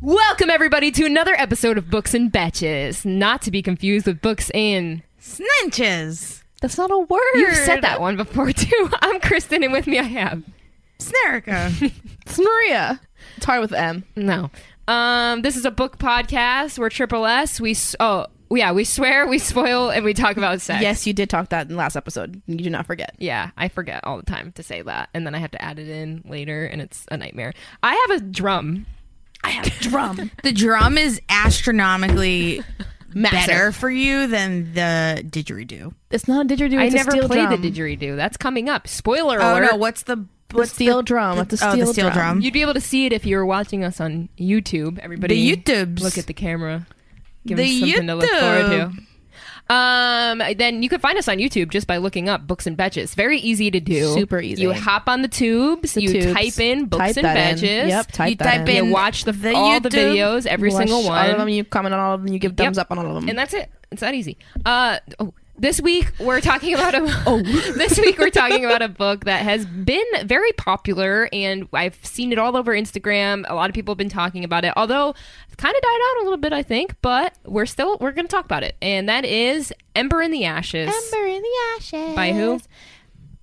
Welcome, everybody, to another episode of Books and Betches. Not to be confused with Books and. Snitches. That's not a word. You've said that one before, too. I'm Kristen, and with me I have. Snerica. It's Maria. It's hard with M. No. Um, this is a book podcast. We're Triple S. We. S- oh, yeah, we swear, we spoil, and we talk about sex. Yes, you did talk that in last episode. You do not forget. Yeah, I forget all the time to say that, and then I have to add it in later, and it's a nightmare. I have a drum. I have drum. The drum is astronomically better for you than the didgeridoo. It's not a didgeridoo. I it's a never steel played drum. the didgeridoo. That's coming up. Spoiler Oh alert. no, what's the what's steel drum. It's a oh, the steel steel drum. drum. You'd be able to see it if you were watching us on YouTube. Everybody, The YouTubes. Look at the camera. Give The us something to look forward YouTube. to. Um, then you can find us on YouTube just by looking up Books and Betches. Very easy to do. Super easy. You hop on the tubes. The you tubes. type in Books Type and that in. Betches. Yep, type You that type in. You in watch the, the all the YouTube. videos, every Watch single one. All of them. You comment on all of them. You give thumbs Yep. up on all of them. And that's it. It's that easy. Uh oh. This week we're talking about a oh. this week we're talking about a book that has been very popular and I've seen it all over Instagram. A lot of people have been talking about it. Although it's kind of died out a little bit, I think, but we're still we're going to talk about it. And that is Ember in the Ashes. in the ashes. By who?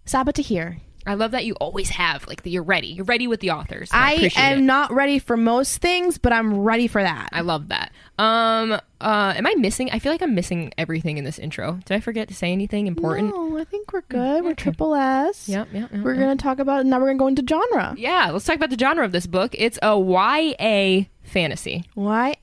Saba Tahir. I love that you always have like that you're ready. You're ready with the authors. and I, I appreciate am it. not ready for most things, but I'm ready for that. I love that. Um uh am I missing I feel like I'm missing everything in this intro. Did I forget to say anything important? No, I think we're good. We're triple S. Yep, yep, yep, We're gonna talk about now. We're gonna go into genre. Yeah, let's talk about the genre of this book. It's a YA fantasy. YA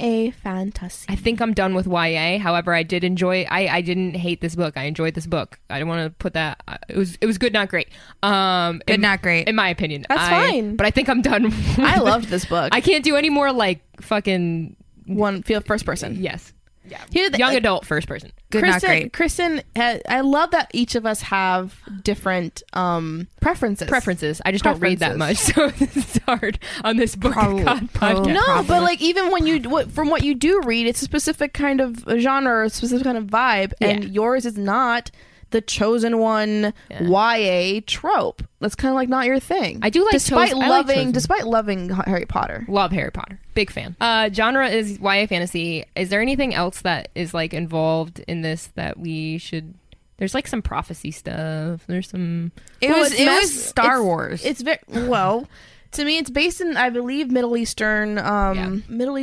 fantasy. I think I'm done with YA. However, I did enjoy. I, I didn't hate this book. I enjoyed this book. I don't want to put that. uh, It was it was good, not great. Um, Good, in- not great. in my opinion. That's I- fine. But I think I'm done. with- I loved this book. I can't do any more like fucking one feel first person. yes. Yeah. Here the- e- Young like- adult first person. Good, not Kristen, great. Kristen, uh, I love that each of us have different um, preferences. Preferences. I just don't read that much, Preferences. so it's hard on this book Probably- God podcast. probably. No, Probably. but like even when you what, from what you do read, it's a specific kind of genre, or a specific kind of vibe, and Yeah. yours is not the chosen one YA trope. That's kind of like not your thing. I do like despite chos- I like loving chosen. despite loving Harry Potter. Love Harry Potter. Big fan. Uh, genre is YA fantasy. Is there anything else that is like involved in this that we should? There's like some prophecy stuff. There's some. It Well, was it's it mess- was Star it's- Wars. It's very well. To me, it's based in, I believe, Middle Eastern, um, Yeah. Middle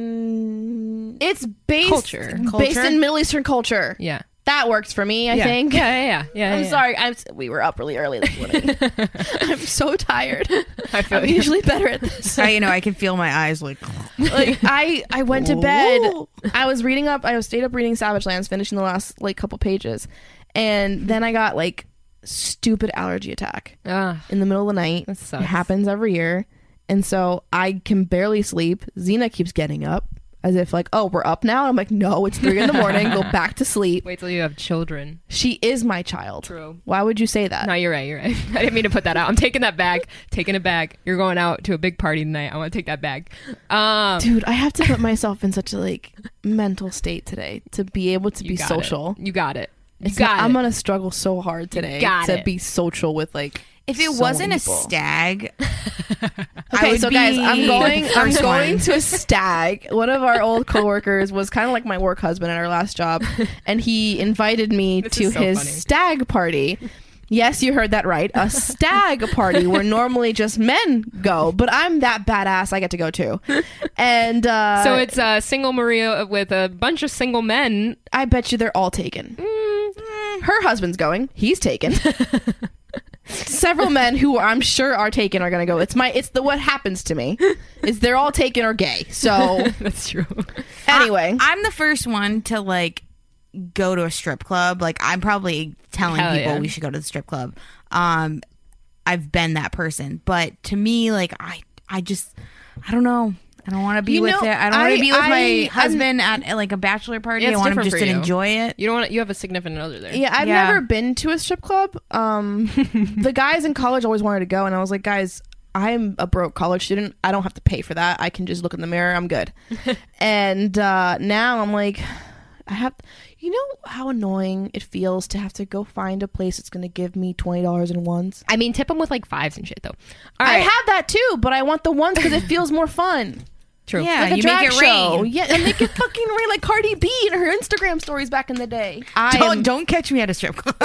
Eastern. It's based Culture. based Culture? in Middle Eastern culture. Yeah. That works for me. I yeah. think. Yeah, yeah, yeah. Oh, yeah, I'm yeah. sorry. I'm. s- We were up really early this morning. I'm so tired. I feel I'm you. usually better at this. I, you know, I can feel my eyes like Like I, I went to bed. I was reading up. I stayed up reading Savage Lands, finishing the last like couple pages, and then I got like stupid allergy attack Ah, in the middle of the night. That It sucks. happens every year. And so I can barely sleep. Xena keeps getting up as if like, oh, we're up now. And I'm like, no, it's three in the morning. Go back to sleep. wait till you have children. She is my child. True. Why would you say that? No, you're right. You're right. I didn't mean to put that out. I'm taking that back. Taking it back. You're going out to a big party tonight. I want to take that back. Um, Dude, I have to put myself in such a like mental state today to be able to you be got it. social. You got it. You It's got not- it. I'm gonna struggle so hard today got to it. be social with like if it so wasn't many a people. stag, I Okay, would so guys, be I'm going. the I'm first going one. to a stag. One of our old coworkers was kind of like my work husband at our last job, and he invited me This to is so his funny. stag party. Yes, you heard that right. A stag party where normally just men go, but I'm that badass. I get to go too, and uh, so it's uh, single Maria with a bunch of single men. I bet you they're all taken. Her husband's going. He's taken. Several men who I'm sure are taken are going to go. It's my. It's the what happens to me is they're all taken or gay. So That's true. anyway, I, am the first one to like go to a strip club. Like I'm probably telling Hell people yeah. we should go to the strip club. Um, I've been that person, but to me, like I, I just, I don't know. I don't want to be You with know, it. I don't want I- to be with I- my I'm- husband at, at, like a bachelor party. It's I want him different just for to you. enjoy it. You don't want. You have a significant other there. Yeah, I've Yeah. never been to a strip club. Um, the guys in college always wanted to go, and I was like, guys, I'm a broke college student. I don't have to pay for that. I can just look in the mirror. I'm good. and uh, now I'm like, I have. You know how annoying it feels to have to go find a place that's going to give me twenty dollars in ones. I mean, tip them with like fives and shit, though. All I right. have that too, but I want the ones because it feels more fun. True. Yeah, like a you drag make it show. rain. Yeah, and make it fucking rain like Cardi B in her Instagram stories back in the day. I Don't- don't, don't catch me at a strip club.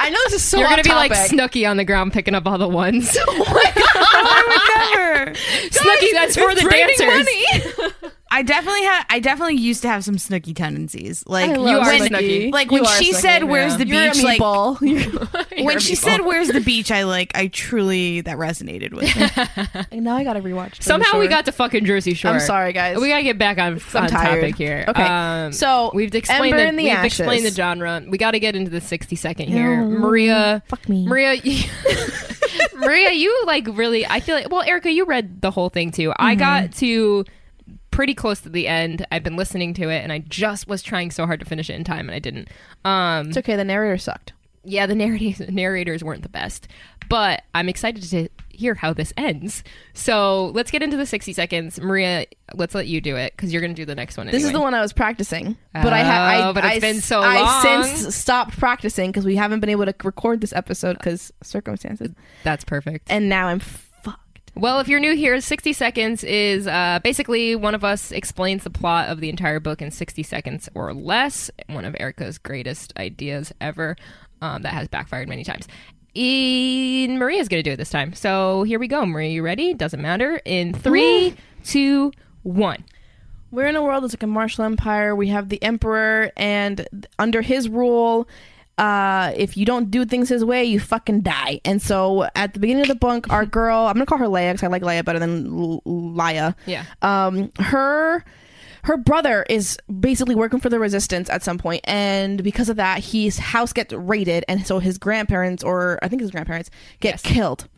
I know this is so You're off gonna be like topic. Snooky on the ground picking up all the ones. I would never. Snooky, that's for the dancers. I definitely had. I definitely used to have some snooky tendencies. Like love You are when, Snooki. like when You are she Snooki, said, yeah. "Where's the You're a beach?" Like meatball. when she people. said, "Where's the beach?" I like. I truly that resonated with me. And now I gotta rewatch. Jersey Somehow we Shore. got to fucking Jersey Shore. I'm sorry, guys. We gotta get back on, I'm on tired. topic here. Um, Okay. So, we've explained Ember the, in the we've Ashes. explained the genre. We got to get into the 60 second here. No. Maria, Fuck me. Maria, you- Mm-hmm. Maria, you like really? I feel like well, Erica, you read the whole thing too. I got Mm-hmm. to pretty close to the end. I've been listening to it, and I just was trying so hard to finish it in time, and I didn't. Um, It's okay. The narrator sucked. yeah, the narrators narrators weren't the best, but I'm excited to hear how this ends. So let's get into the 60 seconds, Maria. Let's let you do it because you're going to do the next one. This is the anyway. one I was practicing, but I have. Oh, I, but it's I- been so I long. since stopped practicing because we haven't been able to record this episode because circumstances. That's perfect. And now I'm fucked. Well, if you're new here, 60 seconds is uh, basically one of us explains the plot of the entire book in 60 seconds or less. One of Erica's greatest ideas ever um, that has backfired many times. And Maria's going to do it this time. So here we go. Maria, you ready? Doesn't matter. In three, two, one. We're in a world that's like a martial empire. We have the emperor, and th- under his rule, uh, if you don't do things his way, you fucking die. And so, at the beginning of the book, our girl, I'm gonna call her Leia because I like Leia better than L- Leia. Yeah. um her her brother is basically working for the resistance at some point and because of that his house gets raided and so his grandparents or i think his grandparents get Yes. killed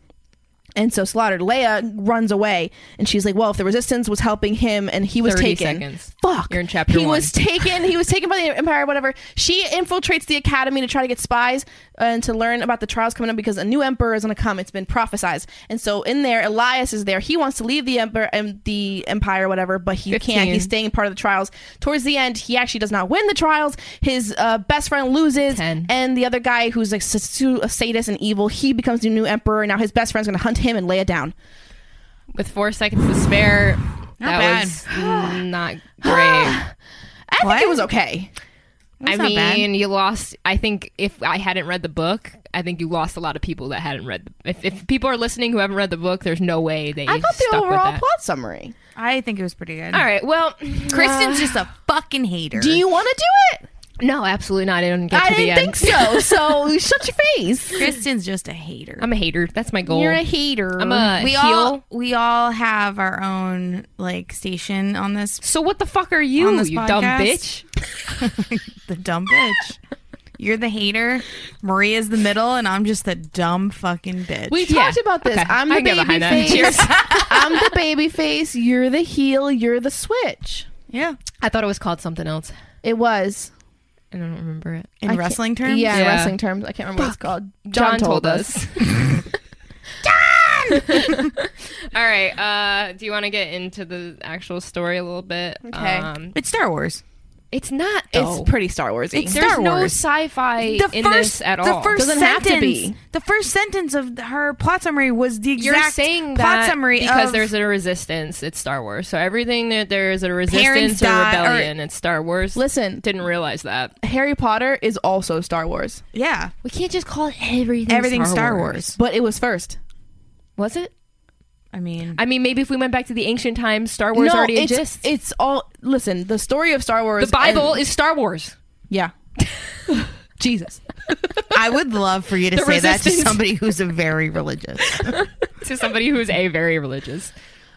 and so slaughtered leia runs away and she's like well if the resistance was helping him and he was 30 taken seconds. fuck You're in chapter he one. was taken he was taken by the empire whatever she infiltrates the academy to try to get spies uh, and to learn about the trials coming up because a new emperor is going to come it's been prophesized and so in there elias is there he wants to leave the emperor and the empire whatever but he can't 15. he's staying part of the trials towards the end he actually does not win the trials his uh, best friend loses 10. and the other guy who's like su- a sadist and evil he becomes the new emperor now his best friend's going to hunt him and lay it down With four seconds to spare, that bad. was not great. i think What? it was okay I That's not mean, bad. you lost. I think if I hadn't read the book, I think you lost a lot of people that hadn't read. The, if, if people are listening who haven't read the book, there's no way they i got the stuck with overall that. plot summary I think it was pretty good. All right. Well, Kristen's just a fucking hater. do you want to do it no, absolutely not. I didn't get I to the didn't end. think so. So shut your face. Kristen's just a hater. I'm a hater. That's my goal. You're a hater. I'm a we heel. all we all have our own like station on this so what the fuck are you, On this you dumb podcast? bitch? the dumb bitch. You're the hater. Maria's the middle, and I'm just the dumb fucking bitch. we Yeah. talked about this. Okay. I'm I the can get baby behind that. face. Cheers. I'm the baby face. You're the heel. You're the switch. yeah. I thought it was called something else, It was and I don't remember it. In I can't- wrestling terms, Yeah, in Yeah. wrestling terms. I can't remember what it's called. John, told us. John. all right. Uh, do you want to get into the actual story a little bit? Okay. Um, it's Star Wars. it's not. though. It's pretty Star Wars. It's There's Star no Wars. sci-fi in this at all. The 1st Doesn't have sentence, to be. The first sentence of her plot summary was the exact You're saying plot that summary because of, there's a resistance. It's Star Wars. So everything that there is a resistance Parents or die, or- rebellion, it's Star Wars. Listen, didn't realize that. Harry Potter is also Star Wars, yeah We can't just call everything everything Star, Wars. but it was first. Was it? I mean, I mean, maybe if we went back to the ancient times, Star Wars already it's, exists. It's all. Listen, the story of Star Wars. the Bible and- is Star Wars. yeah. Jesus. I would love for you to The say that to resistance. somebody who's a very religious. to somebody who's a very religious.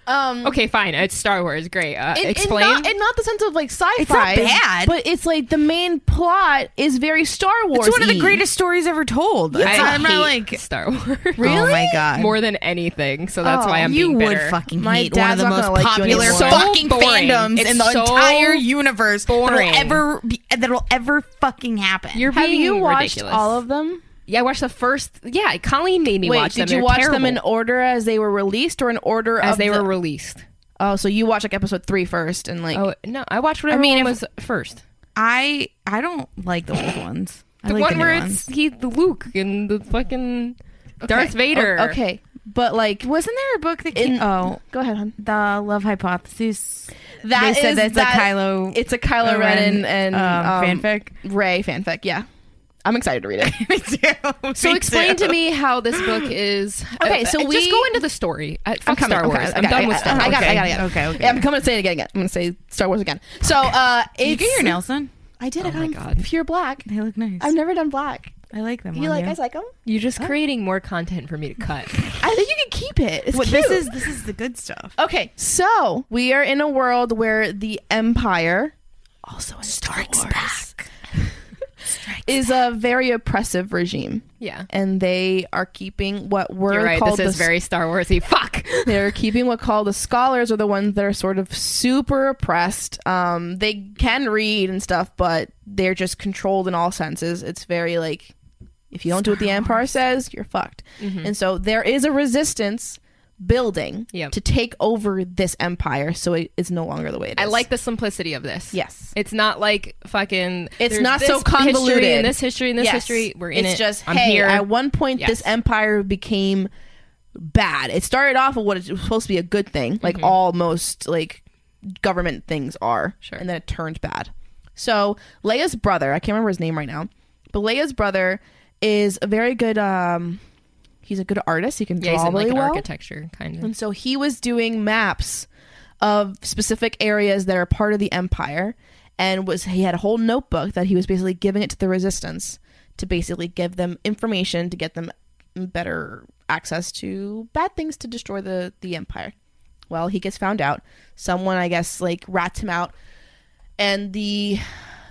Um. Okay, fine. It's Star Wars. Great. Uh, in, in explain. not, in not the sense of like sci-fi. not bad. but it's like the main plot is very Star Wars. it's one of the greatest stories ever told. It's not- I I'm not hate like Star Wars. Oh my god. More than anything, so that's Oh, why I'm you being would bitter. fucking My hate one of dad's the not most gonna like you popular anymore. So fucking boring. fandoms It's in the so entire universe boring. that'll ever be, that'll ever fucking happen. You're Have being you watched ridiculous. all of them? Yeah, I watched the first. Yeah, Colleen made me Wait, watch them. did you They're watch terrible. them in order as they were released, or in order as of they the- were released? Oh, so you watched like episode three first, and like Oh no, I watched whatever I mean, one if- was first. I I don't like the old ones. I The like one the new where ones. it's he, the Luke, and the fucking Okay. Darth Vader. O- okay, But like, Wasn't there a book that came? In- oh, go ahead, hon. the Love Hypothesis. That they said is- that's that- a Kylo. It's a Kylo Ren, and um, fanfic. Ray fanfic. Yeah, I'm excited to read it. me too. So Me explain too. to me how this book is. Okay, so Uh, uh, we- just go into the story. Uh, fuck coming. Star Okay, Wars. okay, I'm done okay, with okay, Star Wars. I got it, I got it, I Okay, got it. okay, okay. Yeah, I'm coming to say it again. again. I'm going to say Star Wars again. So uh, it's, You get your nails done? I did. Oh I got my them God. pure black. They look nice. I've never done black. I like them. You on like? I like them. You're just creating more content for me to cut. I think you can keep it. It's What- cute. this is this is the good stuff. okay. So we are in a world where the Empire, also in Oh, Star Wars, is a very oppressive regime, Yeah. and they are keeping what were You're right. called This is the very Star Warsy. Fuck. They're keeping what called the scholars are the ones that are sort of super oppressed. Um, they can read and stuff, but they're just controlled in all senses. It's very like if you don't do what the Empire says, you're fucked. Mm-hmm. And so there is a resistance building Yep. to take over this empire, so it is no longer the way it is. I like the simplicity of this. Yes. It's not like fucking. It's there's not this so convoluted. History and this history and this Yes. history. We're in it's it. just I'm hey, here. at one point Yes. this empire became bad. It started off with what it was supposed to be a good thing, like Mm-hmm. all most like government things are, Sure. and then it turned bad. So Leia's brother, I can't remember his name right now, but Leia's brother is a very good. um He's a good artist. He can draw Mm-hmm. yeah, he's in really like an well. architecture kind of. And so he was doing maps of specific areas that are part of the empire and was he had a whole notebook that he was basically giving it to the resistance to basically give them information to get them better access to bad things to destroy the the empire. Well, he gets found out. Someone I guess like rats him out and the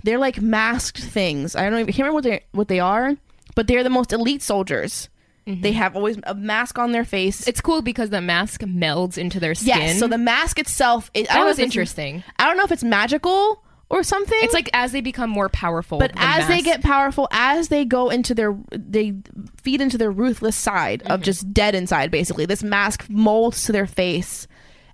they're like masked things. I don't even I can't remember what they what they are, but they're the most elite soldiers. They have always a mask on their face. It's cool because the mask melds into their skin. Yes. So the mask itself, it, that I don't know was if it's- interesting. I don't know if it's magical or something. It's like as they become more powerful, but the as they mask- get powerful, as they go into their, they feed into their ruthless side of Mm-hmm. just dead inside. Basically, this mask molds to their face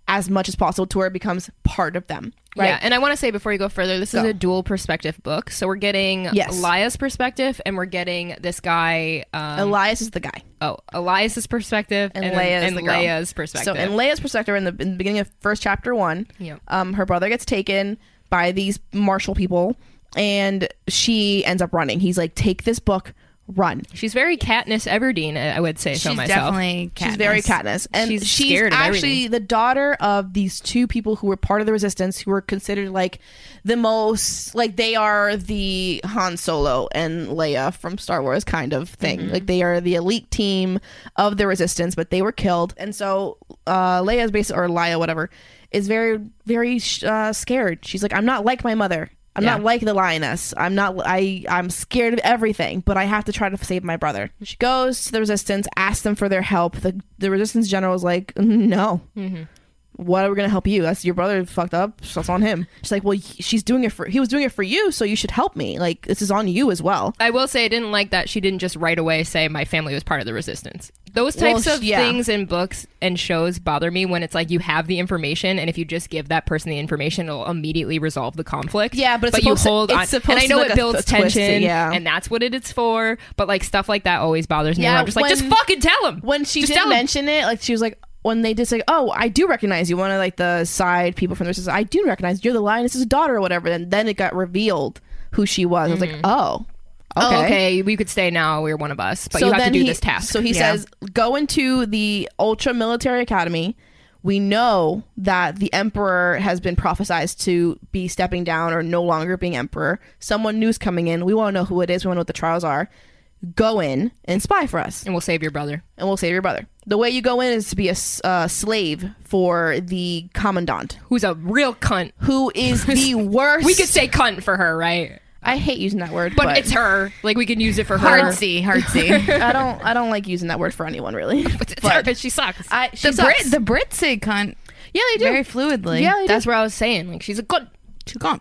as much as possible to where it becomes part of them. Right. Yeah, and I want to say before you go further, this is Go. a dual perspective book. So we're getting Yes. Elias' perspective, and we're getting this guy. Um, Elias is the guy. oh, Elias's perspective, And and, Leia's and the girl. Leia's perspective. So in Leia's perspective, in the, in the beginning of first chapter one, Yeah. um, her brother gets taken by these marshal people, and she ends up running. He's like, "Take this book, run." she's very Katniss Everdeen. I I would say so She's myself. definitely Katniss. She's very Katniss, and she's, She's scared of actually everything. the daughter of these two people who were part of the resistance, who were considered like the most like they are the Han Solo and Leia from Star Wars kind of thing. Like they are the elite team of the resistance, but they were killed, and so uh, Leia's basically or Leia whatever is very very sh- uh, scared. She's like, I'm not like my mother. I'm not Yeah. like the lioness. I'm not. I I'm scared of everything, but I have to try to save my brother. She goes to the resistance, asks them for their help. The the resistance general is like, no. What are we gonna help you? That's your brother fucked up. So That's on him. She's like, well, he- she's doing it for. He was doing it for you, so you should help me. Like this is on you as well. I will say I didn't like that she didn't just right away say my family was part of the resistance. Those Well, types of yeah. things in books and shows bother me when it's like you have the information and if you just give that person the information it'll immediately resolve the conflict. Yeah, but it's you supposed to- hold it's on. supposed and I to know be it like a- builds a twist, tension yeah. and that's what it is for, but like stuff like that always bothers me. Yeah, where I'm just like just when- fucking tell him. when she just did tell him. mention it, like she was like when they did say, "Oh, I do recognize you," one of like the side people from the resistance, I do recognize you're the lioness's daughter or whatever. And then it got revealed who she was. I was like, "Oh, okay." Oh, okay, we could stay now. We're one of us, but you have to do he, this task. So he Yeah. says, "Go into the ultra military academy." We know that the emperor has been prophesized to be stepping down or no longer being emperor. Someone new's coming in. We want to know who it is. We want to know what the trials are. Go in and spy for us and we'll save your brother. and we'll save your brother. The way you go in is to be a s- uh, slave for the commandant, Who's a real cunt. who is the worst. We could say cunt for her, right? I hate using that word, But, it's her. Like we can use it for her. Hardsy, hardsy. I don't. I don't like using that word for anyone really. But it's But her 'cause she sucks. I, she the sucks. Brit, the Brits say cunt yeah, they do. very fluidly. Yeah, they do. That's what I was saying. Like she's a good. she cunt,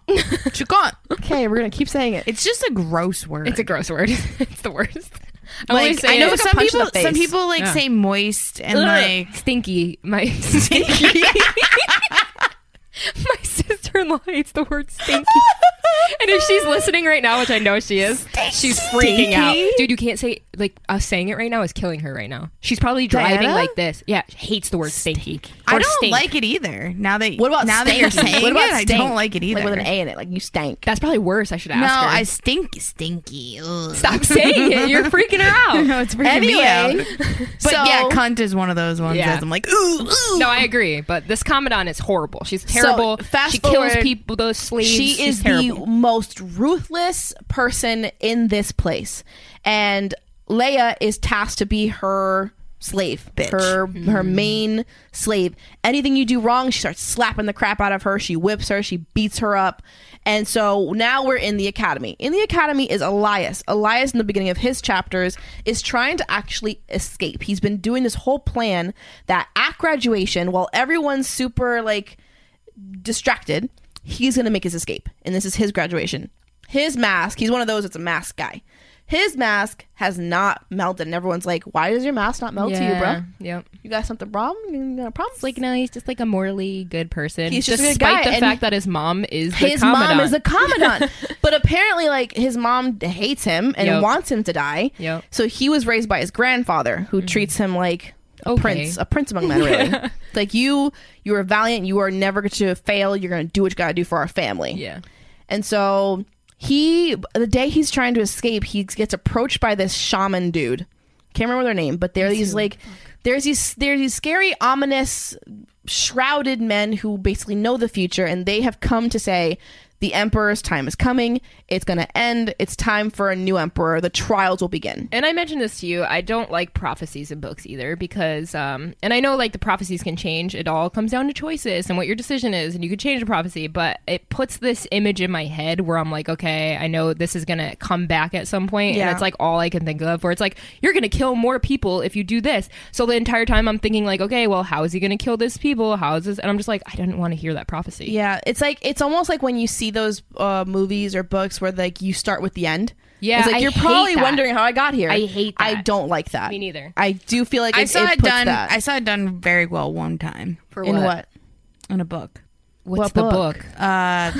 she cunt. Okay, we're gonna keep saying it. It's just a gross word. It's a gross word. it's the worst. I'm only like I saying know it- It's like a some punch in people, the face. some people like Yeah. say moist and Ugh. like stinky. My stinky. My sister-in-law hates the word stinky. And if she's listening right now, which I know she is, She's freaking out, Stinky? dude. You can't say like us saying it right now is killing her right now. She's probably driving Diana? like this. Yeah, she hates the word stinky. I Or don't stink. like it either. Now that What about now that stanky? you're saying what about it, I stank? don't like it either. Like with an A in it, like you stank. That's probably worse. I should ask no, her. I stink stinky. Ugh. stop saying it. You're freaking her out. No, it's freaking me out. Anyway, But so- yeah, cunt is one of those ones Yeah. that I'm like, ooh, ooh. No, I agree. But this commandant is horrible. She's terrible. fast she kills forward- people. Those slaves. She She's is terrible. the most ruthless person in this place, and Leia is tasked to be her slave, Bitch. her her main slave. Anything you do wrong, she starts slapping the crap out of her. She whips her. She beats her up. And so now we're in the academy. In the academy is Elias. Elias, in the beginning of his chapters, is trying to actually escape. He's been doing this whole plan that at graduation, while everyone's super like distracted, he's going to make his escape. And this is his graduation. His mask, he's one of those that's a mask guy. His mask has not melted. And everyone's like, why does your mask not melt to you, bro? Yep. You got something problem? You got a problem? Like no, he's just like a morally good person. He's just a good despite guy, the and- fact that his mom is the his commandant. mom is a commandant. but apparently, like, his mom hates him and Yep. wants him to die. Yep. So he was raised by his grandfather, who treats him like Mm-hmm. a Okay. prince, a prince among men, really. like, you, you are valiant. You are never going to fail. You're going to do what you got to do for our family. yeah. And so he, the day he's trying to escape, he gets approached by this shaman dude. Can't remember their name, but they're these like, there's these there's these scary, ominous, shrouded men who basically know the future, and they have come to say. The emperor's time is coming. It's going to end. It's time for a new emperor. The trials will begin. And I mentioned this to you. I don't like prophecies in books either because, um, and I know like the prophecies can change. It all comes down to choices and what your decision is, and you could change the prophecy. But it puts this image in my head where I'm like, okay, I know this is gonna come back at some point, Yeah. and it's like all I can think of. Where it's like you're gonna kill more people if you do this. So the entire time I'm thinking like, okay, well, how is he gonna kill this people? How is this? And I'm just like, I didn't want to hear that prophecy. Yeah, it's like it's almost like when you see those uh, movies or books where like you start with the end. Yeah, it's like I you're hate probably that. wondering how I got here. I hate I that. don't like that. Me neither. I do feel like I it, saw it, it puts done. That. I saw it done very well one time For in what? in a book. What's What the book? book? Uh,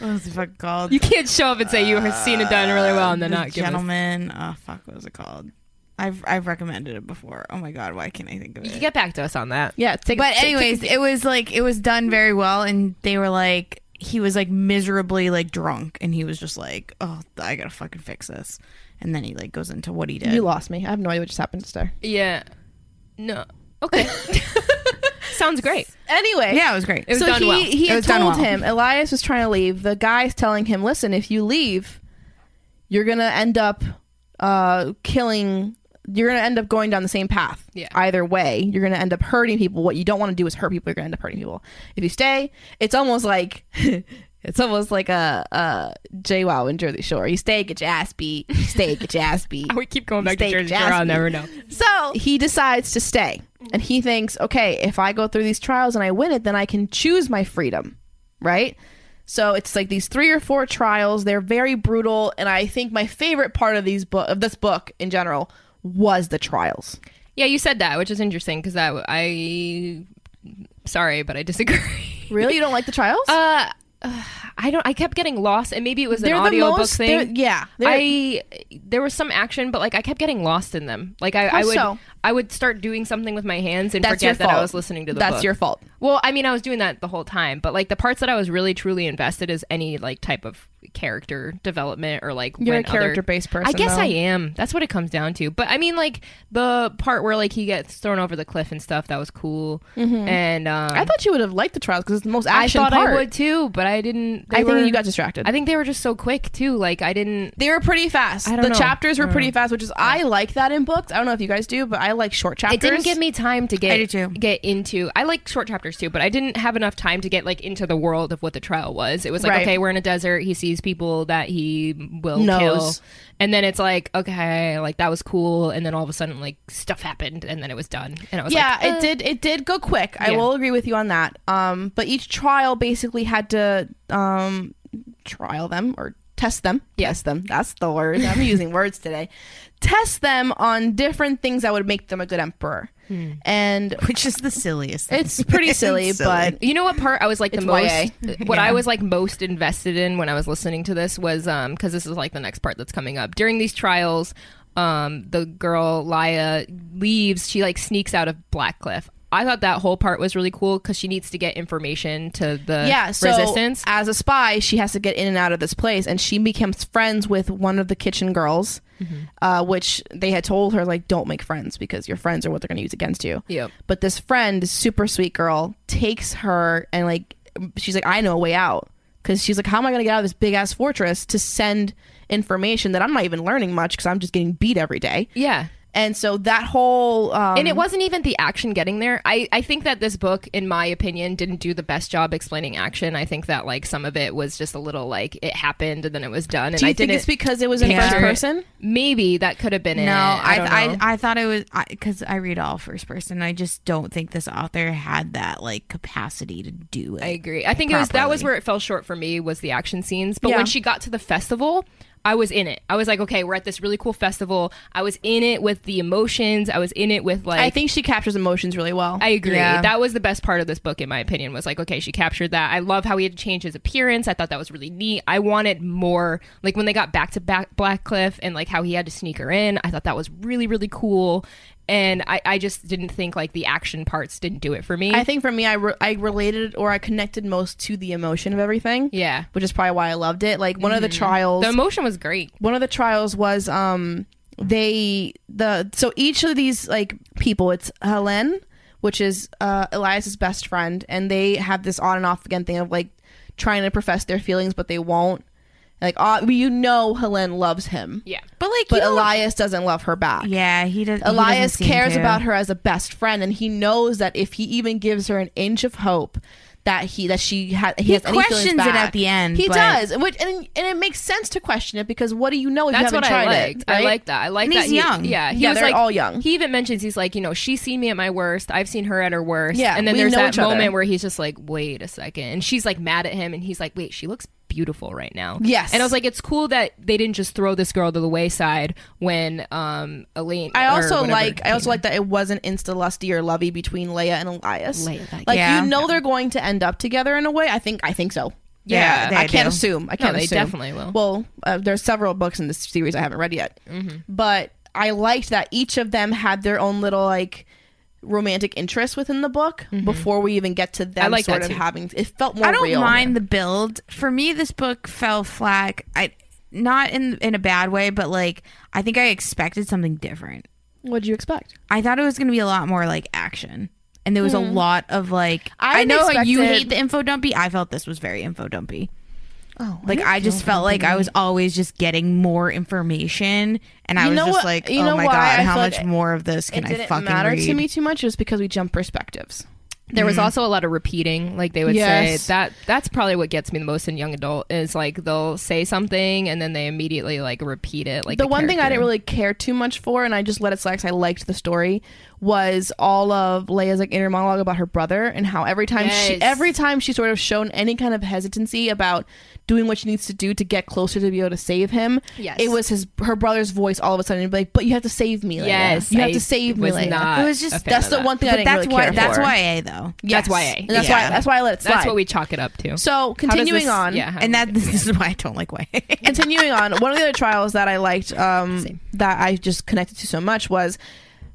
what was the fuck called? You can't show up and say you have seen it done really well and then The not give us. gentleman. Oh fuck, what was it called? I've I've recommended it before. Oh my god, why can't I think of You can it? get back to us on that. Yeah, take, But take- anyways, it was like it was done very well, and they were like he was like miserably like drunk, and he was just like, oh, I gotta fucking fix this, and then he like goes into what he did. you lost me. I have no idea what just happened to Star. Yeah. No. Okay. Sounds great. Anyway, yeah, it was great. It was so done he well. he It had was done told well. him Elias was trying to leave. The guy's telling him, "Listen, if you leave, you're gonna end up uh, killing. You're gonna end up going down the same path. Yeah. Either way, you're gonna end up hurting people. What you don't want to do is hurt people. You're gonna end up hurting people. If you stay, it's almost like." It's almost like a, a JWoww in Jersey Shore. You stay, get your ass beat. You stay, get your ass beat. We keep going back Steak to Jersey Shore. I'll Jasmine. never know. So he decides to stay. And he thinks, okay, if I go through these trials and I win it, then I can choose my freedom, right? So it's like these three or four trials. They're very brutal, and I think my favorite part of these book of this book in general was the trials. Yeah, you said that, which is interesting because that I. Sorry, but I disagree. Really, you don't like the trials? Uh, I don't. I kept getting lost, and maybe it was an they're the audiobook most. they're- thing. Yeah, they're- I there was some action, but like I kept getting lost in them. Like I, How I would so? I would start doing something with my hands and that's your forget that fault. I was listening to the That's book. your fault. Well, I mean, I was doing that the whole time, but like the parts that I was really truly invested is any like type of character development or like You're when a character-based other- person, I guess though. I am. That's what it comes down to. But I mean, like the part where like he gets thrown over the cliff and stuff that was cool. And um, Mm-hmm. I thought you would have liked the trials because it's the most I action thought part. I would too, but I didn't. They I think were- you got distracted. I think they were just so quick too. Like I didn't. they were pretty fast. I don't the know. Mm. chapters were I don't pretty know. fast, which is I like that in books. I don't know if you guys do, but I like short chapters. It didn't give me time to get I do, too. get into. I like short chapters too, but I didn't have enough time to get like into the world of what the trial was. It was like, Right. okay, we're in a desert. He sees people that he will Knows. kill, and then it's like, okay, like that was cool, and then all of a sudden, like stuff happened, and then it was done, and I was yeah like, it did it did go quick i Yeah. will agree with you on that um but each trial basically had to um trial them or test them. Yeah. Test them. That's the word. I'm using words today. Test them on different things that would make them a good emperor. Hmm. And which is the silliest. Thing. it's pretty silly, It's silly. but You know what part I was like the It's most YA. what I was like most invested in when I was listening to this was um because this is like the next part that's coming up. During these trials, um the girl Laya leaves, she like sneaks out of Blackcliff. I thought that whole part was really cool because she needs to get information to the yeah, so resistance. as a spy, she has to get in and out of this place, and she becomes friends with one of the kitchen girls, uh, which they had told her like, don't make friends because your friends are what they're going to use against you. Yep. But this friend, this super sweet girl, takes her and like, she's like, I know a way out because she's like, how am I going to get out of this big ass fortress to send information that I'm not even learning much because I'm just getting beat every day. Yeah. And so that whole um, and it wasn't even the action getting there. I, I think that this book, in my opinion, didn't do the best job explaining action. I think that like some of it was just a little like it happened and then it was done. And Do you I think didn't it's because it was in picture first it. person? Maybe that could have been it. no, I don't I, know. I thought it was because I, read all first person. I just don't think this author had that like capacity to do it. I agree. I think it was that was properly. where it fell short for me was the action scenes. But Yeah. when she got to the festival, I was in it. I was like, okay, we're at this really cool festival. I was in it with the emotions. I was in it with like I think she captures emotions really well. I agree. Yeah. That was the best part of this book, in my opinion. Was like, okay, she captured that. I love how he had to change his appearance. I thought that was really neat. I wanted more. Like when they got back to back Blackcliff and like how he had to sneak her in. I thought that was really really cool. And I, I just didn't think like the action parts didn't do it for me. I think for me, I, re- I related or I connected most to the emotion of everything. yeah, Mm-hmm. Which is probably why I loved it. Like one of the trials, the emotion was great. one of the trials was um they the so each of these like people, it's Helen, which is uh, Elias's best friend, and they have this on and off again thing of like trying to profess their feelings, but they won't. Like uh, you know, Helen loves him, Yeah. but like, but you don't- Elias doesn't love her back. yeah, he does. he doesn't Elias seem cares to. about her as a best friend, and he knows that if he even gives her an inch of hope, that he that she ha- he, has any feelings questions it back. at the end, He but- does, which and, and it makes sense to question it because what do you know if That's you what haven't I tried liked. it? right? I like that. I like And that. he's he- young. yeah, he Yeah, was they're like all young. He even mentions he's like, you know, she's seen me at my worst. I've seen her at her worst. Yeah, and then we there's know that each other. moment where he's just like, wait a second, and she's like mad at him, and he's like, wait, she looks beautiful right now. Yes. and I was like, it's cool that they didn't just throw this girl to the wayside when um Elaine. I or also whatever like. I came also like that it wasn't insta lusty or lovey between Leia and Elias. Leia, that- like Yeah. you know they're going to end up together in a way. I think. I think so. Yeah, they I can't do. assume. I No, can't. they assume. definitely will. Well, uh, there's several books in this series I haven't read yet, Mm-hmm. but I liked that each of them had their own little like romantic interest within the book before we even get to them. Mm-hmm. I like sort that of too. having it felt more. I don't real. mind the build. For me, this book fell flat. I not in in a bad way, but like I think I expected something different. What'd you expect? I thought it was going to be a lot more like action. And there was a lot of like Hmm. I I, know how you expected- hate the info dumpy. I felt this was very info dumpy. Oh, Like I just felt like I was always just getting more information and I You was know just what- like, you "Oh know my why god, I how felt much it- more of this it can I didn't fucking matter read?" to me too much. It was because we jumped perspectives. There was also a lot of repeating. Like they would Mm-hmm. Yes. say that that's probably what gets me the most in young adult is like they'll say something and then they immediately like repeat it. Like the one thing I character. didn't really care too much for, and I just let it slide because I liked the story, was all of Leia's like inner monologue about her brother and how every time Yes. she, every time she sort of shown any kind of hesitancy about doing what she needs to do to get closer to be able to save him, Yes. it was his her brother's voice all of a sudden. He'd be like, "But you have to save me, Leia. Yes, you have I to save me, was Leia." not It was just- a fan That's of the that. one thing I But didn't that's really why care that's for. why YA though. That's Yes. YA. And That's Yeah. why. That's why I let it slide. That's what we chalk it up to. So How does continuing this- on, yeah, how And does that this is why I don't like YA. continuing on one of the other trials that i liked um Same. that i just connected to so much was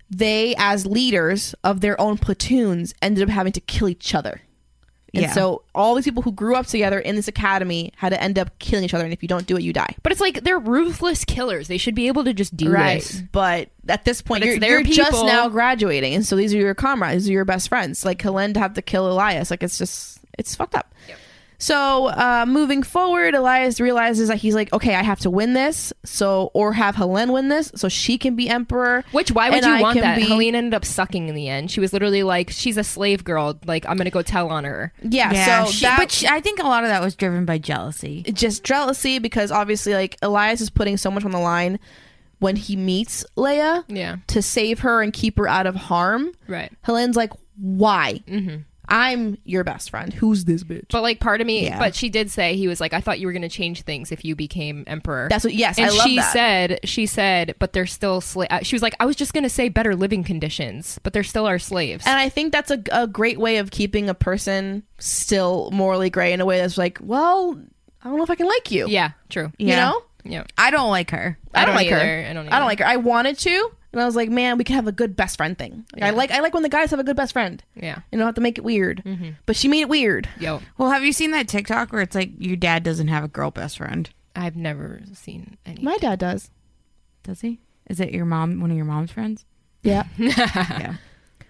they as leaders of their own platoons ended up having to kill each other and Yeah. so all these people who grew up together in this academy had to end up killing each other and if you don't do it you die But it's like they're ruthless killers. They should be able to just do this. but at this point But you're, it's their you're just people. now graduating and so these are your comrades these are your best friends like helen to have to kill elias like it's just it's fucked up so uh, moving forward elias realizes that he's like okay i have to win this so or have helen win this so she can be emperor Which why would and you I want can that? be- Helene ended up sucking in the end. She was literally like, "She's a slave girl. Like I'm gonna go tell on her." yeah, so she- that, but she, I think a lot of that was driven by jealousy. just jealousy because obviously like Elias is putting so much on the line when he meets Leia Yeah. to save her and keep her out of harm. Right. Helene's like, why? I'm your best friend. Who's this bitch? But like part of me, Yeah. but she did say he was like, I thought you were going to change things if you became emperor. That's what. Yes, and I love she that. said, she said, but they're still slaves. She was like, I was just going to say better living conditions, but they're still our slaves. and I think that's a, a great way of keeping a person still morally gray in a way that's like, well, I don't know if I can like you. yeah, true. You Yeah. know? Yeah. I don't like her. I don't, like either. her. I don't I either. don't like her. I wanted to, and I was like, man, we could have a good best friend thing. Like, I like I like when the guys have a good best friend. Yeah. You don't have to make it weird. But she made it weird. Yo, Well, have you seen that TikTok where it's like your dad doesn't have a girl best friend? I've never seen any. My dad does. Does he? Is it your mom, one of your mom's friends? Yeah. Yeah.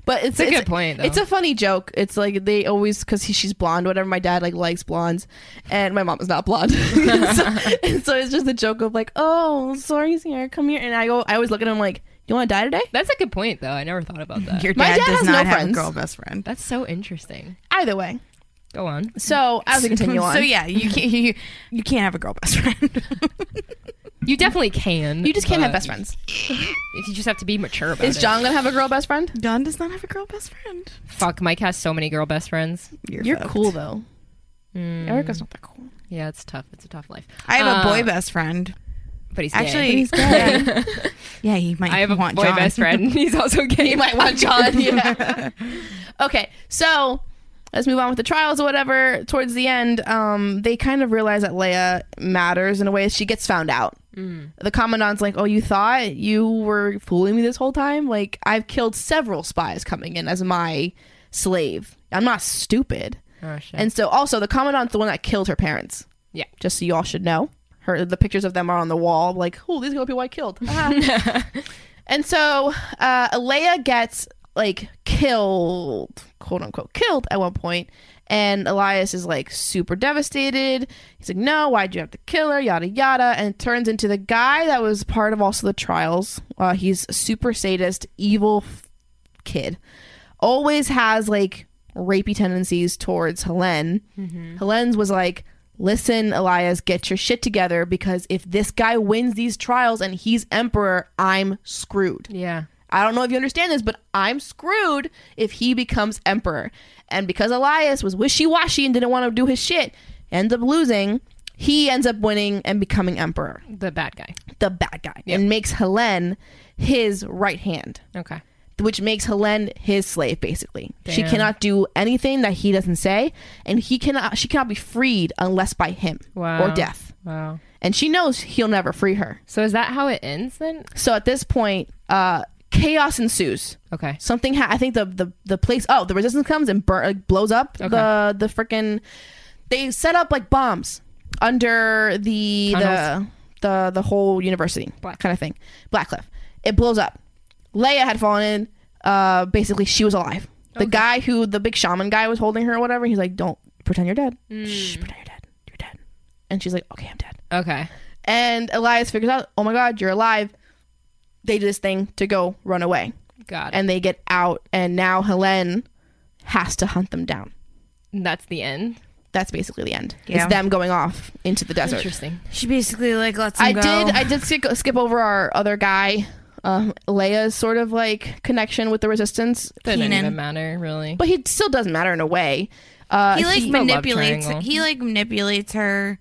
But it's, It's a good point, though. It's a funny joke. It's like they always because she's blonde. Whatever. My dad like likes blondes, and my mom is not blonde. so, and so it's just a joke of like, oh, sorry, Sierra, come here. And I go, I always look at him like, you want to die today? That's a good point, though. I never thought about that. Your My dad, dad does has not no have friends. a girl best friend. That's so interesting. Either way. Go on. So as we continue on, So yeah, you can't you, you can't have a girl best friend. You definitely can. you just can't have but best friends. If you just have to be mature about Is it. John gonna have a girl best friend? Don does not have a girl best friend. Fuck, Mike has so many girl best friends. You're, You're fucked. cool though. Mm. Erica's not that cool. Yeah, it's tough. It's a tough life. I have a Uh, boy best friend. But he's gay. Actually, He's gay. yeah, he might I have a want boy John. best friend. He's also gay. you might want John. Yeah. okay, so let's move on with the trials or whatever. Towards the end, um, they kind of realize that Leia matters in a way. She gets found out. The commandant's like, "Oh, you thought you were fooling me this whole time? Like, I've killed several spies coming in as my slave. I'm not stupid." Oh, shit. And so, also, the commandant's the one that killed her parents. Yeah. just so y'all should know. Her the pictures of them are on the wall. Like, oh, these are the people I killed. Ah. and so, uh, Leia gets like killed, quote unquote, killed at one point, And Elias is like super devastated. He's like, no, why'd you have to kill her? Yada, yada. And it turns into the guy that was part of also the trials. Uh, he's a super sadist, evil f- kid. Always has like rapey tendencies towards Helen. Helen's was like, listen, Elias, get your shit together because if this guy wins these trials and he's emperor, I'm screwed. yeah. I don't know if you understand this, but I'm screwed if he becomes emperor. And because Elias was wishy washy and didn't want to do his shit, ends up losing. He ends up winning and becoming emperor, The bad guy. the bad guy, and makes Helen his right hand, Okay. which makes Helen his slave. Basically, she Damn. cannot do anything that he doesn't say, and he cannot. She cannot be freed unless by him Wow. or death. Wow. And she knows he'll never free her. So is that how it ends then? So at this point, uh, chaos ensues. Okay. something ha- i think the, the the place oh the resistance comes and bur- like blows up the the freaking they set up like bombs under the Tunnels. the the the whole university Black- kind of thing blackcliff it blows up leia had fallen in uh basically she was alive the guy who the big shaman guy was holding her or whatever he's like don't pretend you're dead Mm. Shh, pretend you're dead you're dead and she's like okay i'm dead Okay. and elias figures out oh my god you're alive they do this thing to go run away Got it. and they get out and now Helen has to hunt them down. And that's the end. That's basically the end. Yeah. It's them going off into the desert. Interesting. She basically like lets him I go. did I did skip, skip over our other guy, um, Leia's sort of like connection with the resistance, Doesn't Keenan. even matter really. but he still doesn't matter in a way. Uh, he like he- The love manipulates. triangle. He like manipulates her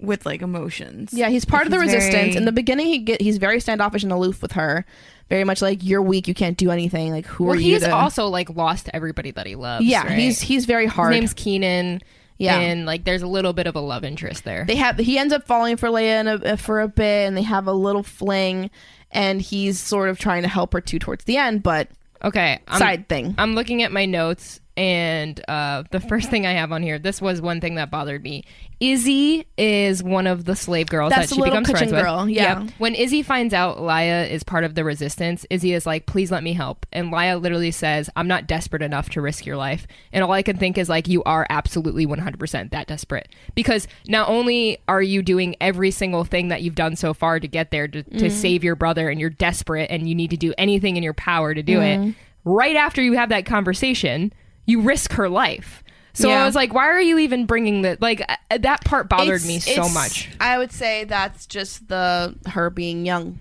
with like emotions. yeah, he's part of the He's resistance. very- In the beginning, he get he's very standoffish and aloof with her, very much like you're weak, you can't do anything. Like who well, are you? he's to-" also like lost to everybody that he loves. yeah, right? he's he's very hard. His name's Keenan. Yeah. And like there's a little bit of a love interest there. they have he ends up falling for Leia in a, uh, for a bit, and they have a little fling, and he's sort of trying to help her too towards the end, but okay. I'm, side thing. I'm looking at my notes and uh, the first thing I have on here, this was one thing that bothered me. Izzy is one of the slave girls That's that the she little becomes kitchen friends with. girl, yeah. When Izzy finds out Laya is part of the resistance, Izzy is like, please let me help. And Laya literally says, I'm not desperate enough to risk your life. And all I can think is like, you are absolutely 100% that desperate. Because not only are you doing every single thing that you've done so far to get there to, to Mm-hmm. save your brother and you're desperate and you need to do anything in your power to do Mm-hmm. it, right after you have that conversation, you risk her life. So Yeah. I was like, why are you even bringing that? Like, uh, that part bothered It's- me so it's- much. I would say that's just the her being young.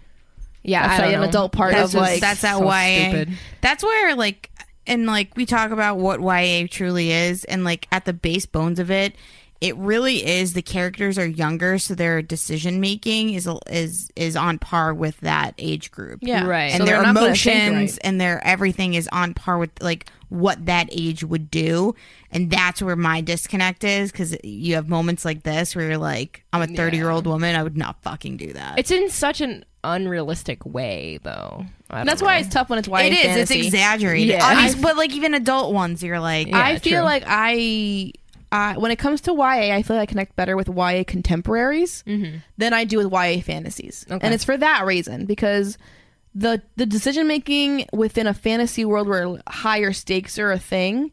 Yeah, That's I like don't an know. adult part That's of just- like that's how so why. stupid. That's where like and like we talk about what YA truly is, and like at the base bones of it, it really is the characters are younger, so their decision making is is is on par with that age group. Yeah. Right. And So their they're not gonna think emotions right. and their everything is on par with like what that age would do. And that's where my disconnect is because you have moments like this where you're like, I'm a 30 year old woman. I would not fucking do that. It's in such an unrealistic way, though. I don't That's why it's tough when it's YA. it is. It's fantasy. exaggerated. Yeah. I mean, but like even adult ones, you're like, "Ah, Yeah, I feel true. like I, I, when it comes to YA, I feel like I connect better with YA contemporaries than I do with YA fantasies, and it's for that reason because the the decision making within a fantasy world where higher stakes are a thing,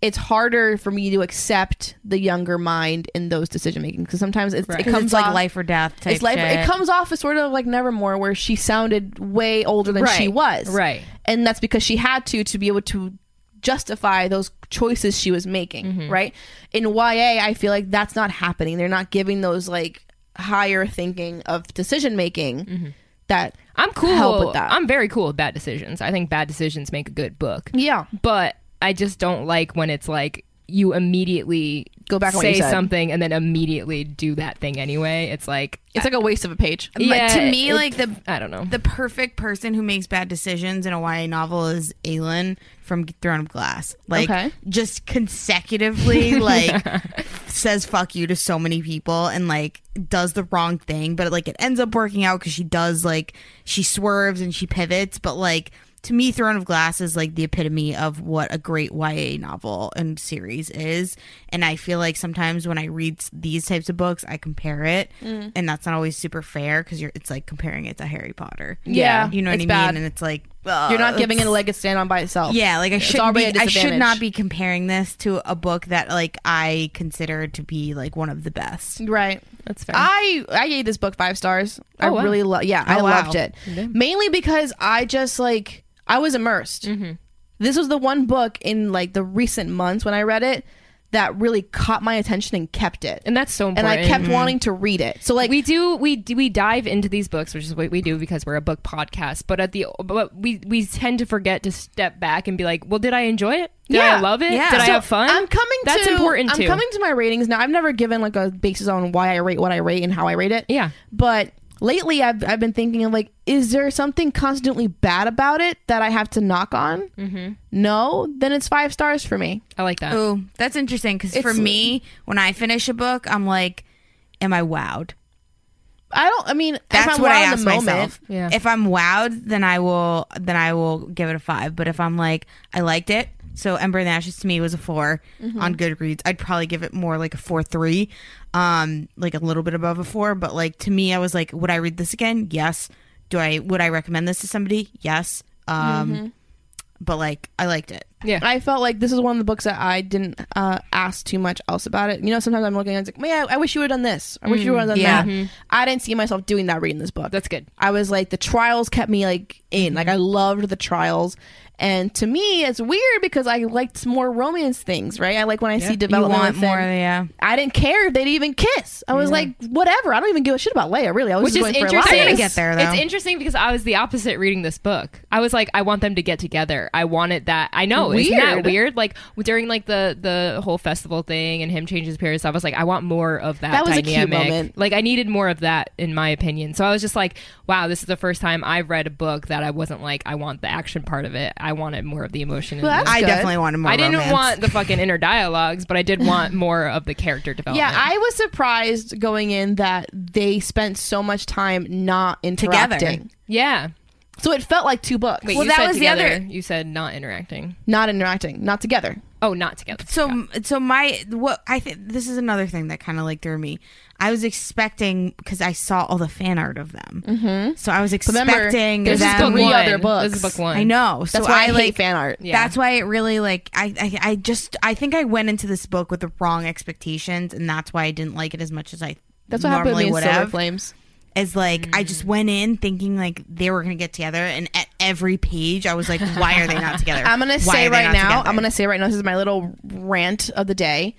it's harder for me to accept the younger mind in those decision making because sometimes it's, it it comes comes like off- life or death type it's like shit. it comes off as sort of like Nevermore, where she sounded way older than she Right. was, Right. And that's because she had to to be able to justify those choices she was making, Mm-hmm. right? In YA, I feel like that's not happening. They're not giving those like higher thinking of decision making Mm-hmm. that I'm cool. help with that. I'm very cool with bad decisions. I think bad decisions make a good book. yeah, But I just don't like when it's like you immediately Go back on what say you said. something and then immediately do that thing anyway. It's like it's like a waste of a page. But yeah, to me, it- like the I don't know. the perfect person who makes bad decisions in a YA novel is Aelin from Throne of Glass. Like, Okay. just consecutively, like, says fuck you to so many people and, like, does the wrong thing, but, like, it ends up working out because she does, like, she swerves and she pivots, but, like, to me, Throne of Glass is like the epitome of what a great YA novel and series is. And I feel like sometimes when I read s- these types of books, I compare it, Mm. and that's not always super fair because you're it's like comparing it to Harry Potter. Yeah, you know what it's I mean. bad. And it's like You're not ugh, giving it it's- a leg to stand on by itself. yeah, like I Oh. It's should already be, a I should not disadvantage. be comparing this to a book that like I consider to be like one of the best. right. That's fair. I I gave this book five stars. I Oh, wow. really love. Yeah, I Oh, wow. loved it mainly because I just like I was immersed. Mm-hmm. This was the one book in like the recent months when I read it that really caught my attention and kept it, and that's so and important. I kept wanting to read it. So like we do we do, we dive into these books which is what we do because we're a book podcast but at the but we we tend to forget to step back and be like well did i enjoy it did Yeah, i love it yeah. did i So have fun I'm coming. that's to- important I'm too coming to my ratings now. I've never given like a basis on why I rate what I rate and how I rate it. Yeah. But lately, I've I've been thinking of like, is there something constantly bad about it that I have to knock on? Mm-hmm. No, then it's five stars for me. i like that Oh, that's interesting because for It's- me, when I finish a book, I'm like, am I wowed? I don't. I mean, if That's I'm what I wild in ask the moment, myself. Yeah. If I'm wowed, then I will then I will give it a five. But if I'm like, I liked it, so Ember and the Ashes to me was a 4 Mm-hmm. on Goodreads. I'd probably give it more like a four three, um, like a little bit above a four. But like to me, I was like, would I read this again? Yes. Do I would I recommend this to somebody? Yes. Um, Mm-hmm. but like I liked it. yeah I felt like this is one of the books that I didn't uh, ask too much else about it. You know, sometimes I'm looking at it, it's like, man, I wish you would have done this. I wish you would have done Mm, yeah. Mm-hmm. that. I didn't see myself doing that reading this book. that's good I was like, the trials kept me like in. Like I Mm-hmm. loved the trials. And to me, it's weird because I liked more romance things, right? I like when I see You development. want within- more, yeah. I didn't care if they'd even kiss. I was like, whatever. I don't even give a shit about Leia. Really, I was which just is going for interesting. They're gonna get Elias. there, though. It's interesting because I was the opposite reading this book. I was like, I want them to get together. I wanted that. I know, isn't that Weird. weird? Like during like the the whole festival thing and him changing his appearance, I was like, I want more of that. That was a cute dynamic. moment. Like I needed more of that, in my opinion. So I was just like, wow, this is the first time I've read a book that I wasn't like, I want the action part of it. I wanted more of the emotion. in Well, this. that's I good. definitely wanted more. I didn't romance. want the fucking inner dialogues, but I did want more of the character Yeah, development. I was surprised going in that they spent so much time not interacting. yeah. So it felt like two books. Wait, Well, you that said was the together. other- You said not interacting. not interacting, not together. Oh, not together. so so my what I think this is another thing that kind of like threw me. I was expecting because I saw all the fan art of them, mm-hmm. so I was remember, expecting there's This them. is book three one. other books. This is book one. I know. That's so why I, I hate like fan art. Yeah. that's why it really like I, I I just I think I went into this book with the wrong expectations, and that's why I didn't like it as much as I. That's what happened to normally me in would Silver Mm. have. Flames. Is like I just went in thinking like they were gonna get together, and at every page I was like, why are they not together? I'm gonna Why say are they right not now. together? I'm gonna say right now. This is my little rant of the day.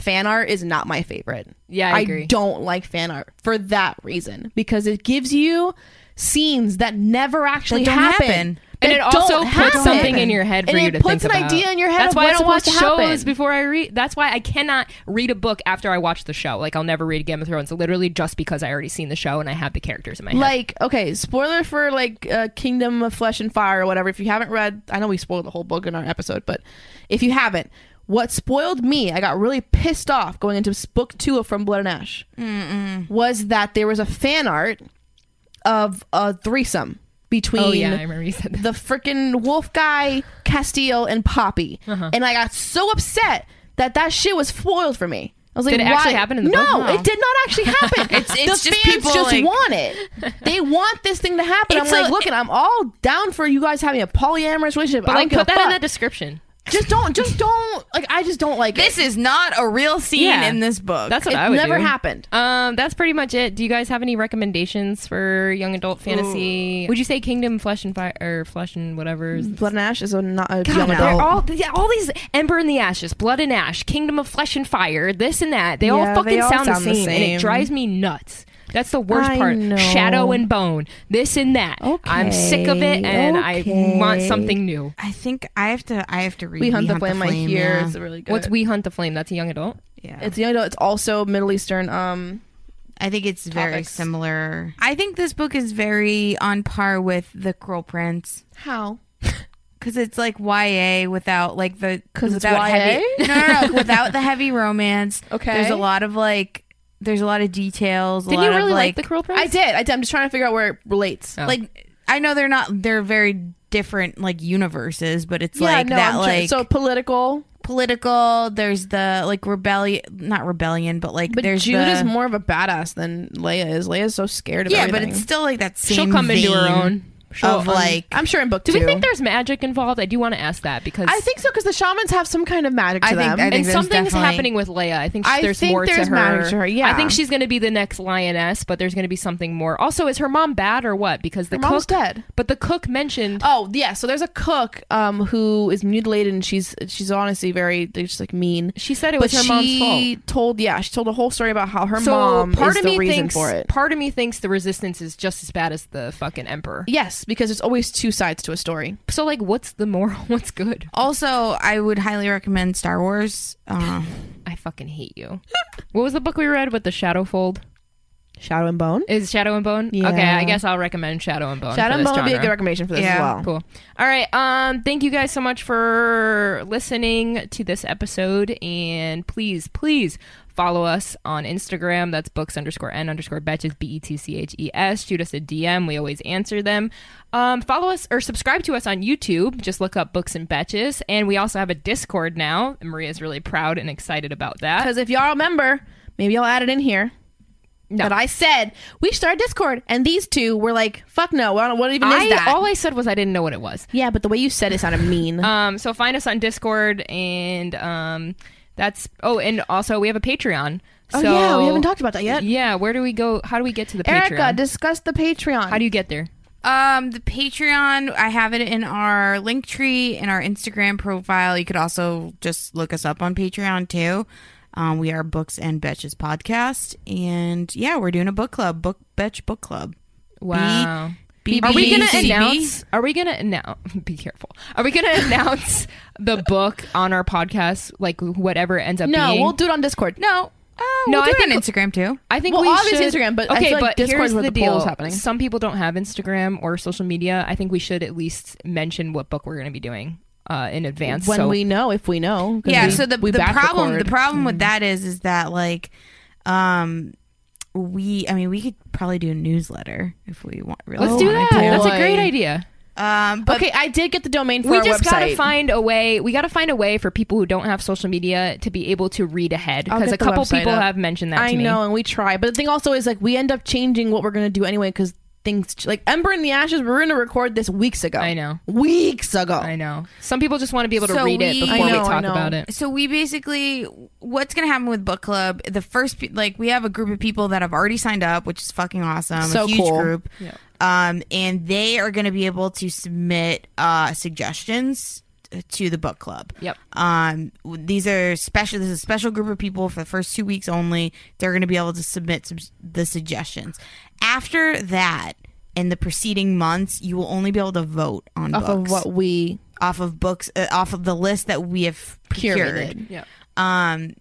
Fan art is not my favorite. Yeah, I agree. don't like fan art for that reason because it gives you scenes that never actually don't happen, happen. and that it also don't puts happen. something in your head for And you it to puts think an about. idea in your head That's of why I what's don't watch supposed to happen. shows before I read. That's why I cannot read a book after I watch the show. Like I'll never read Game of Thrones. Literally just because I already seen the show and I have the characters in my head. like okay spoiler for like uh, kingdom of flesh and fire or whatever if you haven't read i know we spoiled the whole book in our episode but if you haven't what spoiled me i got really pissed off going into s- book two of from blood and ash was that there was a fan art of a threesome between oh yeah, I remember you said that. the freaking wolf guy Castile and Poppy, Uh-huh. and I got so upset that that shit was foiled for me. I was like, Did it why? actually happen in the no, book? No. it did not actually happen. It's- it's the just fans people, just like- want it. They want this thing to happen. I'm It's like, a- look, and I'm all down for you guys having a polyamorous relationship. But I don't like give put a that in the fuck. description. just don't, just don't. Like, I just don't like This is not a real scene Yeah. in this book. That's it. what It I would never do. happened. Um, that's pretty much it. Do you guys have any recommendations for young adult fantasy? Would you say Kingdom Flesh and Fire or Flesh and whatever? is- Blood and Ash is a not a God, young they're adult. all yeah, all these Ember and the Ashes, Blood and Ash, Kingdom of Flesh and Fire, this and that. They all Yeah, fucking they all sound, sound the, the same, and same. it drives me nuts. That's the worst I part. know. Shadow and Bone, this and that. I'm sick of it, Okay, and I want okay. something new. I think I have to. I have to read. we hunt the Hunt flame. I hear yeah. is really good. What's We Hunt the Flame? That's a young adult. Yeah. It's young adult. It's also Middle Eastern. Um, I think it's very topics. similar. I think this book is very on par with The Cruel Prince how? because it's like YA without like the 'Cause it's without YA? heavy no, no, no, without the heavy romance. Okay. there's a lot of like there's a lot of details. a Didn't lot you of, really like, like The Cruel Prince? I did. I did. I'm just trying to figure out where it relates. Oh. like I know they're not they're very different like universes, but it's like that I'm tr- like so political. political. There's the like rebellion, not rebellion, but like But there's Jude the, is more of a badass than Leia is. Leia's so scared of yeah, everything. but it's still like that same. She'll come into her vein own. She'll, of um, like I'm sure in book Do two. we think there's magic involved? I do want to ask that because I think so because the shamans have some kind of magic to I think- them. I think and there's something's definitely- happening with Leia. I think sh- I there's think more there's to, her. magic to her, yeah. I think she's going to be the next lioness, but there's going to be something more. Also, is her mom bad or what? Because the Her cook, mom's dead. but the cook mentioned. Oh yeah, so there's a cook um, who is mutilated and she's she's honestly very they're just like mean. she said it But was her mom's she fault. told yeah she told a whole story about how her So mom part is of the me reason thinks for it. part of me thinks the resistance is just as bad as the fucking emperor. Yes, because there's always two sides to a story. So like, what's the moral? What's good? Also, I would highly recommend Star Wars. Uh, I fucking hate you. what was the book we read with the shadow fold? Shadow and Bone. Is Shadow and Bone? Yeah. Okay, I guess I'll recommend Shadow and Bone. Shadow for and this Bone would be a genre. good recommendation for this as Yeah. well. Cool. All right. Um, thank you guys so much for listening to this episode. And please, please follow us on Instagram. That's books underscore n underscore batches, B E T C H E S. Shoot us a DM. We always answer them. Um, follow us or subscribe to us on YouTube. Just look up books and batches. And we also have a Discord now. Maria's really proud and excited about that. Because if y'all remember, maybe I'll add it in here. No. But I said we started Discord, and these two were like, "Fuck no, what, what even I, is that?" all I said was I didn't know what it was. yeah, but the way you said it sounded mean. Um, so find us on Discord and um, that's oh, and also we have a Patreon. oh so, yeah, we haven't talked about that yet. Yeah, where do we go? How do we get to the Erica, Patreon? discuss the Patreon. How do you get there? um, the Patreon, I have it in our link tree in our Instagram profile. You could also just look us up on Patreon too. Um, we are Books and Betches podcast, and yeah, we're doing a book club, book betch book club. Wow. B- are we gonna BBCB? announce? Are we gonna now? Be careful. Are we gonna announce the book on our podcast? Like whatever it ends up no, being. we'll Oh, do it on Discord. No, uh, No, no, I I think on think- Instagram too. I think Well, we obviously should, Instagram, but I okay, feel like but Discord's here's where the, the poll deal. is happening. Some people don't have Instagram or social media. I think we should at least mention what book we're going to be doing uh, in advance. When so we know, if we know. 'cause yeah we- so the, we the back Mm-hmm. problem record. the problem with that is is that like um we i mean we could probably do a newsletter if we want really let's do wanted that. to. That's a Oh Boy. great idea. um but okay, I did get the domain for we our just gotta website. find a way we gotta find a way for people who don't have social media to be able to read ahead I'll because get a the couple website people up. have mentioned that I to me know, and we try, but the thing also is like we end up changing what we're gonna do anyway because things ch- like Ember and the Ashes. We were gonna record this weeks ago. I know. weeks ago. i know some people just want to be able to So read it we- before I we know, I talk know. about it so we basically what's gonna happen with book club the first pe- like we have a group of people that have already signed up which is fucking awesome So a huge cool. group um and they are gonna be able to submit uh suggestions to the book club Yep. um w- these are special this is a special group of people for the first two weeks only they're gonna be able to submit sub- the suggestions after that in the preceding months, you will only be able to vote on off books. of what we Off of books, uh, off of the list that we have procured. curated. Yeah. Um,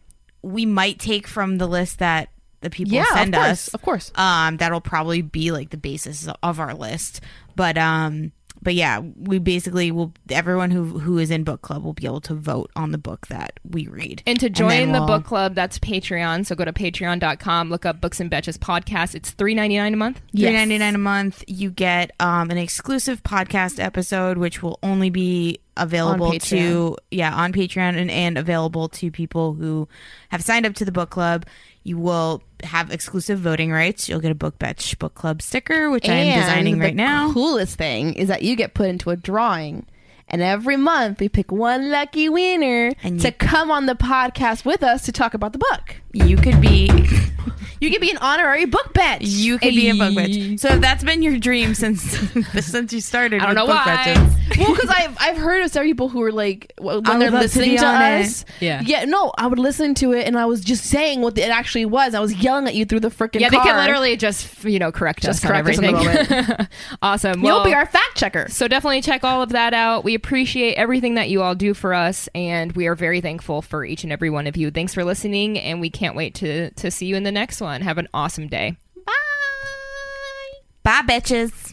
we might take from the list that the people Yeah, send of course, us. of course. Um, that'll probably be like the basis of our list. But um, but yeah, we basically will. Everyone who who is in book club will be able to vote on the book that we read. And to then join the we'll- book club, that's Patreon. So go to patreon.com, look up Books and Betches podcast. It's three ninety nine a month. Yes. Three ninety nine a month, you get um, an exclusive podcast episode, which will only be available On to yeah on Patreon and, and available to people who have signed up to the book club. You will have exclusive voting rights. You'll get a book batch book club sticker, which I am And designing the right now. Coolest thing is that you get put into a drawing, and every month we pick one lucky winner And to you- come on the podcast with us to talk about the book. You could be You could be an honorary book bet. you could be a book batch. So if that's been your dream since since you started. I don't with know book why. batches. well, because I've I've heard of some people who are like w- when I they're would love to listening be to, on it. us. Yeah. yeah. No, I would listen to it, and I was just saying what it actually was. I was yelling at you throrough the freaking. Yeah, they car. can literally just you know correct Just us correct us in on a everything. awesome. You'll Well, be our fact checker. so definitely check all of that out. We appreciate everything that you all do for us, and we are very thankful for each and every one of you. Thanks for listening, and we can't wait to to see you in the next one. Have an awesome day. Bye, bitches.